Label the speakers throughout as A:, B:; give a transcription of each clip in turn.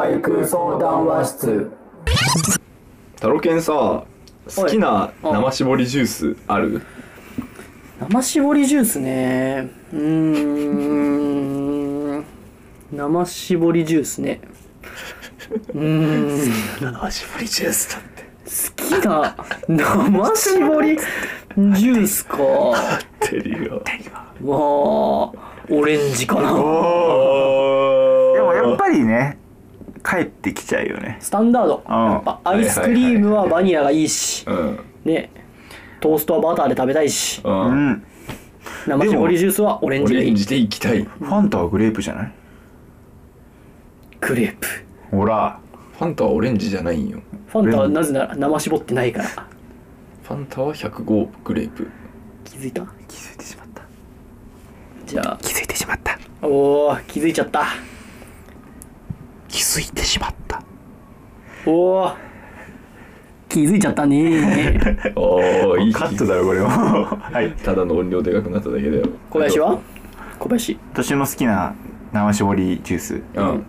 A: 相談話室
B: タロケンさ好きな生搾りジュースある
C: 生搾りジュースねうーん生搾りジュースねうーん
B: 生搾りジュースだって
C: 好きな生搾りジュースか
B: テリーが
C: まあオレンジかな
B: おー
D: でもやっぱりね帰ってきちゃうよね
C: スタンダード
D: うん
C: やっぱアイスクリームはバニラがいいし
B: うん
C: ねトーストはバターで食べたいし
B: う
D: うんん
C: 生搾りジュースはオレン
B: オ
C: ジがい
B: レン
C: い
B: ジでいきたいフ
D: ファンタはグレープじゃない
C: クレープ
D: ほら
B: ァンタはオレンジじゃないんよ
C: ファンタはなぜなら生絞ってないから
B: ファンタは105グレープ
C: 気づいた
D: 気づいてしまった
C: じゃ
D: 気づいてしまった
C: あおー気づいちゃった
D: 気づいてしまった
C: おお気づいちゃったね
B: おーいい
D: カットだよこれも はい
B: ただの音量でかくなっただけだよ
C: 小林は小林
D: 私の好きな生搾りジュース
B: うん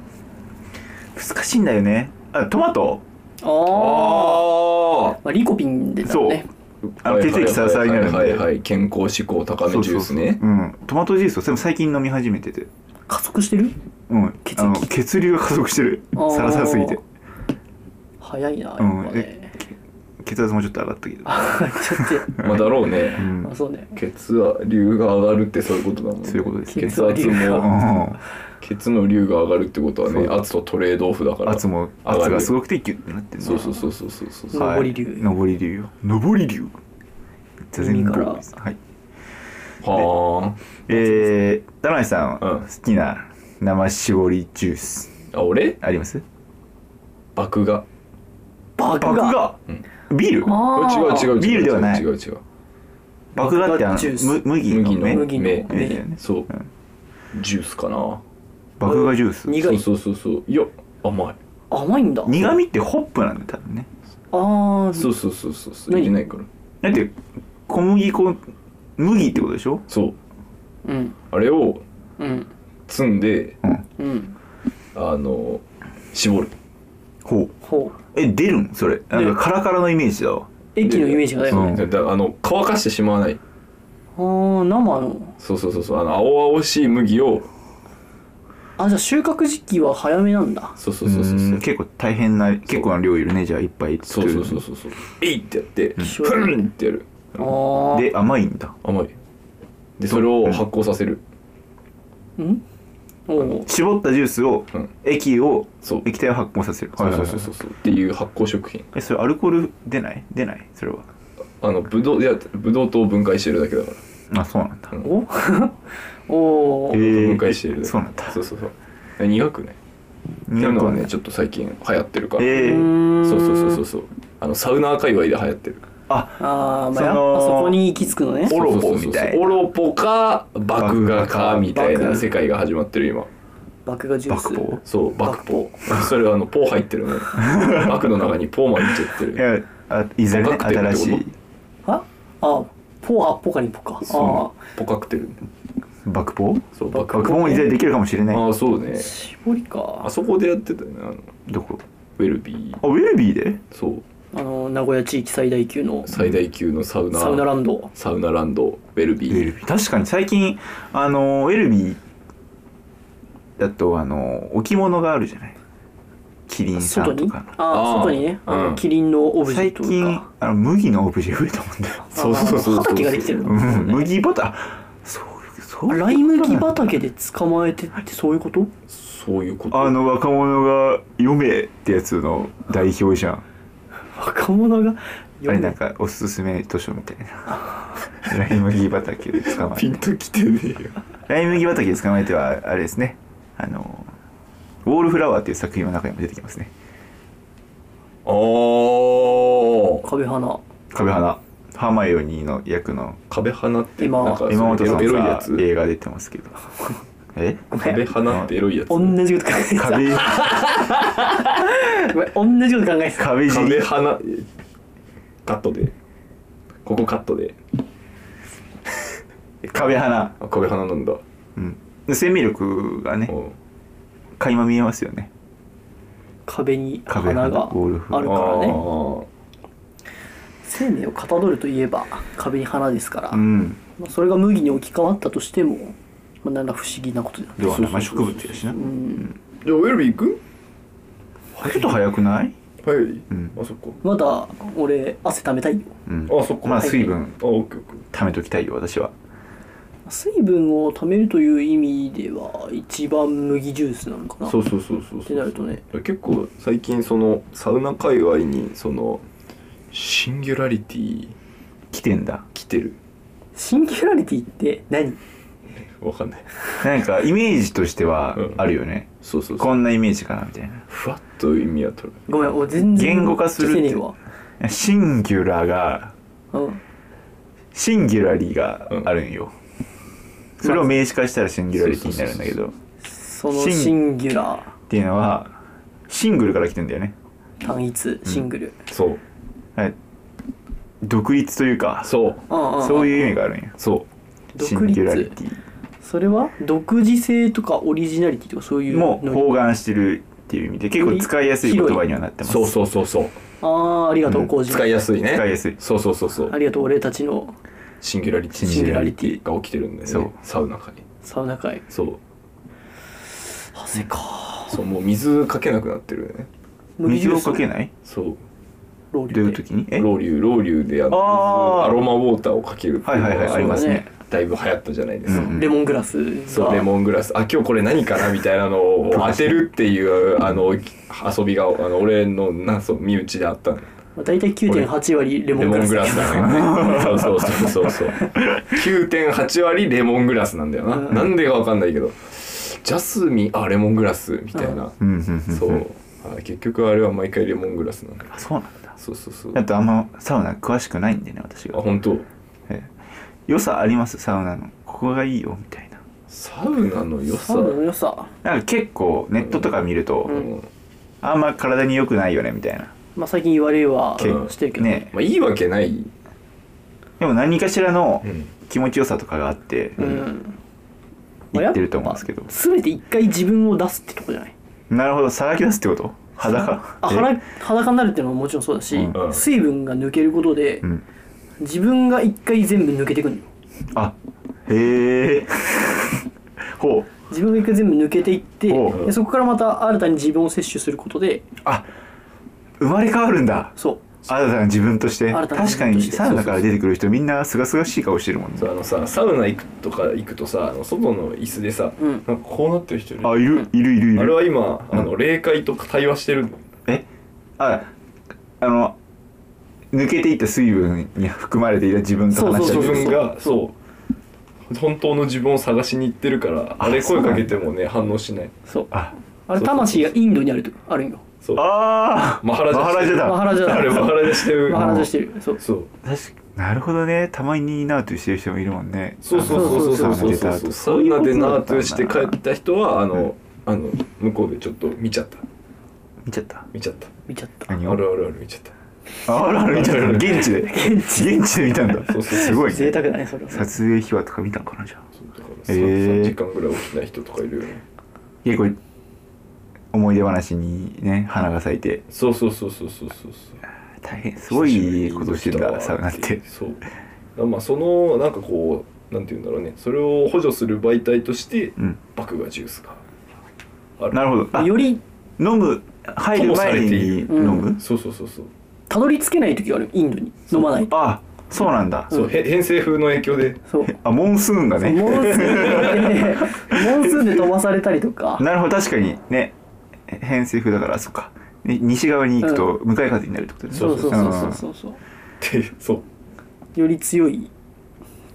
D: 難しいんだよねあトマト
C: ああ、
B: あ
C: まあ、リコピンでだ
D: そう
C: ね
D: あの血液サラサラになるんで
B: はいはいはいはい健康志向高めジュースね
D: そうそうそううんトマトジュースをでも最近飲み始めてて
C: 加速してる
D: うん
C: 血液
D: あの血流が加速してる
C: あー
D: サラサラすぎて
C: 早いなやっぱ
D: うん
C: ね、
D: 血圧もちょっと上がったけど
C: あ ちょっ
B: まあだろうね
D: う
C: と
D: ん
C: あそうね
B: 血流が上がるってそういうことだもんね
D: そういうことですね
B: 血圧
D: う
B: も
D: ん
B: 血の流が上がるってことはね
D: そう
B: 圧とトレードオフだから
D: 圧も
B: 上が
D: 圧
B: る
D: がすごくてギュッてなってる
B: そうそうそうそうそうそううん
C: 上り竜
D: 上り流よ上り流座禅
C: 耳から
D: ボーイズはい
B: は
D: えー、田辺さん、
B: うん
D: 好きな生搾りジュース
B: ああ俺
D: あります
B: 麦芽
C: 爆
D: 麦
C: が
D: 芽、ビール
B: これ違う違う違う
D: ビールではない
B: 違う違う
D: 麦芽って
C: 麦
D: あ
C: 芽ジュース
D: のむ麦の
B: 麦の
D: ね
C: 麦の
B: 芽
D: 芽だよね
B: そう
D: うん
B: ジュースかな
D: 麦芽ジュース
C: 苦い
B: そうそうそうそういや甘い
C: 甘いんだ
D: 苦味ってホップなんだ多分ね
C: ああ
B: そうそうそうそうそう
C: 何
B: 入れないから
D: だって小麦粉麦ってことでしょ
B: そう
C: うん
B: あれを
C: うん
B: 積んで
C: うん
B: あの絞る
D: ほう
C: ほう
D: え出るんそれなんかカラカラのイメージだわ
C: 駅のイメージがない
D: うん
B: だからあの乾かしてしまわない
C: あー生の
B: そうそうそうそうあの青々しい麦を
C: あじゃあ収穫時期は早めなんだ
B: そうそうそうそうそう
D: ーん結構大変な結構な量いるねじゃあいっぱい
B: そ
D: 作
B: う
D: る
B: そ
D: の
B: う
D: に
B: そうそうそうえいってやって
C: うん
B: ふんってやる
C: ああ
D: で甘いんだ
B: 甘いでそれを発酵させる
C: うんおお
D: 絞ったジュースを、
B: うん
D: 液を
B: そう
D: 液体を発酵させる
B: そうそうそうそうそうっていう発酵食品
D: えそれアルコール出ない出ないそれは
B: あのブドウいやブドウ糖を分解してるだけだから
D: あそうなんだ
B: うん
C: おおー
D: ー
B: 分解してるだけ
D: そうなんだ
B: そうそうそうえ苦くねっていう
D: 苦
B: の
D: く
B: は
D: は
B: ね
D: ね
B: ちょっと最近流行ってるから
D: えー、
B: そうそうそう
C: う
B: そうそうあのサウナー界隈で流行ってる
D: あ
C: ああまあやっ
D: その
C: ぱそこに行き着くのね
D: オロポ
B: そ
D: みたいな
B: うそうそうそうオロポか麦芽かみたい
C: 麦
B: な
C: 芽
B: 世界が始まってる今
C: 爆がジュー
D: バ
C: ス
D: クポ
B: そうバクポーそれはあのポー入ってるねバクの中にポーまでいっちゃって
D: ーい
B: る
D: やあいずれね
B: バクテルっ
D: 新
B: てこと
D: しい
C: ああポーあポカリポかあ
B: ポカクテル
D: バクポ
B: そうバク
D: バクポもいずれできるかもしれない
B: ああそうね
C: あ絞りか
B: あそこでやってたよねあの
D: どこ
B: ウェルビー
D: あウェルビーで
B: そう
C: あの名古屋地域最大級の
B: 最大級のサウナ
C: サウナランド
B: サウナランドウェルビ
D: ウェル
B: ー
D: ビー確かに最近あのウェルビーだとあの置物があるじゃないキリンさ
C: 外
D: んと
C: に
D: かの
C: あ
B: あー
C: 外にねあ
B: うん
C: のキリンのオブジェ
D: 最
C: という
D: 近
C: か
D: あの麦のオブジェ増えたもんだよ、
B: そうそうそうそう
C: あの畑ができてるの
D: うん、麦バターそういうそう
C: あ
D: いう
C: ライ麦畑で捕まえてってそういうこと
B: そういうこと
D: あの若者が読めってやつの代表じゃん
C: 若者が
D: あ
C: 読
D: れ
C: ん
D: なん
C: だ
D: かおすすめ図書みたいな ライ麦畑で捕まえ
B: ピンときてねえよ
D: ライ麦畑で捕まえてはあれですねあのウォールフラワーっていう作品の中にも出てきますね
B: ああ
C: 壁花
D: 壁花ハーマイオニーの役の
B: 壁花って
C: 今
B: なんか
D: 今本さ
B: エロいや
D: んが
B: つ
D: 映画出てますけどえ
B: 壁花ってエロいやつ
C: 同じこと考えてた
D: 壁
C: ごめん同じこと考えてた
D: 壁尻
B: 壁花えカットでここカットで
D: 壁花、
B: あ壁花なんだ
D: うん、生命力がね
B: うん
D: 垣間見えますよね
C: 壁に
D: 壁花
C: 花が
D: ゴルフ
C: あるから
B: あ
C: ね
B: ー
C: 生命をかたどるといえば壁に花ですから、
D: うん
C: まあ、それが麦に置き換わったとしても、まあ、なんら不思議なことだ
D: では生植物やしな
C: うん
B: じゃあウェルビー行く
D: ちょっと早くない
B: はい、
D: ん
B: あそっか
C: まだ俺汗ためたいよ
D: うん
B: あそっか
D: まあ
B: はい
D: 水分
B: あオッケーオッケ
D: 貯めときたいよ私は
C: 水分を貯めるという意味では一番麦ジュースなのか
B: ー
C: な
B: そうそうそうそうそう
C: ってなるとね
B: 結構最近そのサウナ界隈にそのシンギュラリティ
D: 来てんだ
B: 来てる
C: シンギュラリティって何
B: わかんない
D: なんかイメージとしては
B: うん
D: あるよね、
B: そうそうそう
D: こんなイメージかなみたいな
B: ふわっと意味は取る
C: ごめん俺全然
D: 言語化するって
C: 聞けねえわ
D: シンギュラが
C: うん
D: シンギュラリーがあるんよ、それを名詞化したらシンギュラリティになるんだけど、
C: その
D: シン
C: シンギュラ
D: っていうのはシングルから来てんだよね
C: ー単一シングル、
B: そう
D: はい独立というか
B: そう
C: うんうんん
D: そういう意味があるんや
B: そ
D: シ
C: 独
D: ンギュラリ
C: 立
D: ティ
C: それは独自性とかオリジナリティとかそういうの
D: も包含してるっていう意味で結構使いやすい言葉にはなって
B: う
D: ます
B: そうそうそうそう
C: ああありがと
D: う
C: うん工事、
B: 使いやすいね
D: 使いやすい
B: そうそうそうそう
C: ありがとう俺たちの
B: シンギュラリティ
D: シンギュラリ
C: ティ
B: が起きてるんだ
D: そ
B: よ
D: う
B: ねサウナ界
C: サウナ界
B: そう
C: 汗か
B: そうもう水かけなくなってるね
D: 水をかけ
C: い
D: ない
B: そう
C: ロー
D: どう
C: リー
D: いう
C: で
D: 時にえ
B: ロウリュロウリュであの
D: あー
B: 水アロマウォーターをかけるっていうの
D: はいはいはい
B: が
D: ありますね
B: だいぶ流行ったじゃないですか、
D: うん
C: レモングラス
B: そうレ
C: ン
B: モングラスあ今日これ何かなみたいなのを当てるっていうあの遊びがあの俺のなそう身内であったの
C: 大体9.8割レモ
B: レ
C: ング
B: モ
C: ラ
B: ン
C: ス
B: グ
C: だ
B: ラ
C: け
B: ス
C: ど
B: だ ねそうそうそうそうそう9.8割レモングラスなんだよな、
C: うん
B: なんでかわかんないけどジャスミンあレモングラスみたいな、
D: うんうんうんうん
B: そうあ結局あれは毎回レモングラスなんだ
D: あそうなんだ
B: そうそうそう
D: あ
B: あ
D: とあんまサウナ詳しくないんでね私が
B: 本当
D: ええ良さありますサウナのここがいいよみたいな
B: サウナの良さ
C: サウナの良さ
D: なんか結構ネットとか見ると、
B: うん
D: あんま体に良くないよねみたいな
C: まあ最近言われは
B: け
C: してるけど
D: ね
B: まあいいわけない、
D: でも何かしらの
B: うん
D: 気持ちよさとかがあって
C: うん
D: 言ってると思うんですけど、
C: 全て一回自分を出すってとこじゃない
D: なるほどさらけ出すってこと裸
C: あ
D: え
C: 裸裸になるっていうのももちろんそうだし、
B: うん
C: 水分が抜けることで、
D: うん
C: 自分が一回全部抜けてくんのよ
D: あへえほう
C: 自分が一回全部抜けていって
D: おう
C: でそこからまた新たに自分を摂取することで
D: あ生まれ変わるんだ
C: そう
D: 新たな自分として
C: 新たな自
D: 確か
C: 分と
D: に
C: して
D: サウナから出てくる人みんなすがすがしい顔してるもんね
B: そうあのさサウナ行くとか行くとさあの外の椅子でさ、
C: うん
B: なんかこうなってる人いる
D: あいるいるいるい
B: あれ
D: る
B: は今あの霊界と対話してるんだよ
D: えああの抜けていった水分に含まれていた自分と話し
C: そ
D: て
C: う
B: 自
C: そうそう
D: る
B: 分がそう本当の自分を探しに行ってるからあれ声かけてもね反応しない
C: そう
D: あ
C: あれ魂がインドにあるとあるんよ
B: そう
D: あー
B: マハラジャしてる
D: マ
C: マ
D: ハ
C: ハラジャだ
B: あれマハラジャしてる
C: マハラジャしてるそう
B: そう
D: 確かなるほどねたまにいいなとしてる人もいるもんね
B: そうそうそうそうそう
D: サウナ出た
B: そうそ
D: 後
B: うサ
D: そう
B: ウ
D: いうこ
B: ナ
D: と
B: で
D: だ
B: ナ
D: っ
B: ー
D: た
B: ト
D: ん
B: ゥ
D: だ
B: して帰った人はあのあの向こうでちょっと見ちゃった
D: 見ちゃった
B: 見ちゃった
C: 見ちゃった
D: 何
B: あ
D: を
B: るあるある見ちゃった
D: あらあら見ちゃった現地で現地で見たんだ
B: そうそうそう
D: すごい
C: 贅
D: ね
C: 沢だねそれは
D: 撮影秘話とか見たのかなじゃあ
B: そうだから
D: えー
B: 3時間ぐらい起きない人とかいるよね
D: 結構思い出話にね花が咲いて
B: そうそうそうそうそうそうそう
D: 大変すごいことしてん
B: 久ぶりに来
D: だ
B: わ
D: サウナって
B: そうだからまあそのなんかこうなんて言うんだろうねそれを補助する媒体として
D: うん
B: 麦芽ジュースがある
D: なるほどあ
C: より
D: 飲む入
C: と
D: る前に飲
C: もされているう
D: む
B: そうそうそうそう
C: たどり着けない時があるインドに飲まないと
D: あそうなんだ
B: そう、へ偏西風の影響で
C: そう
D: あモンスーンがね
C: モンスーンでモンスーンで飛ばされたりとか
D: なるほど確かにね偏西風だからそっかね西側に行くと向かい風になるってことね
C: そうそうそうそ
D: ん
C: うそうそう
B: でそう
C: より強い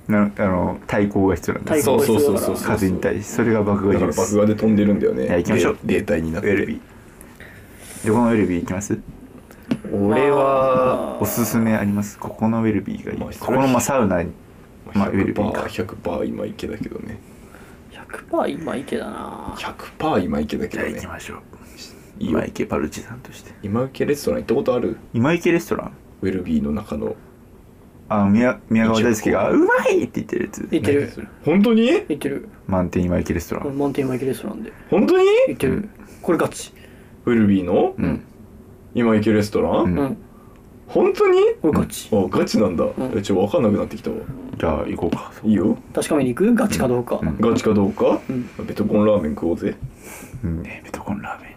D: なあの対抗が必要なんだ
C: 対抗が必要だから
B: そうそうそうそう
D: 風に対してそれが爆
B: だか
D: 芽ジュ
B: ら
D: ー
B: 爆
D: ス
B: 芽で飛んでるんだよね
D: いや行きましょう
B: 霊霊体になって
D: ウェルビーどこのウェルビー行きます
B: 俺は
C: あー
D: おすすめありますここのウェルビーがいい
B: まあ
D: ここのまあサウナにまあウェルビーか
B: 100%パー今池だけどね
C: 100%今池だな
B: 100%パー今池だけ
D: じゃ
B: ど
D: あ行き
B: ね
D: ましょう
B: いいよ
D: 今池パルチザンとして
B: 今池レストラン行ったことある
D: 今池レストラン
B: ウェルビーの中の
D: あ宮宮川大輔が「うまい!」って言ってるや
C: 言
D: つ
C: って
B: 何それ
C: る
B: 本当に
C: 言ってる
D: 満点今池レストラ
C: これ
D: ン
C: 満点今池レストランで
B: 本当に
C: 言ってるこれガチ
B: ウルビーの
D: うん
B: 今行けるレストラン、
D: うん
C: うん
B: 本当に
C: これガチ
B: あガチなんだ、
C: ん
B: えちょ分かんなくなってきたわ
D: じゃあ行こうか
B: いいよ
C: 確かめに行くガチかどうか
D: うん
B: ガチかどうか、
C: うん
B: ベトコンラーメン食おうぜ
D: うんねベトコンラーメン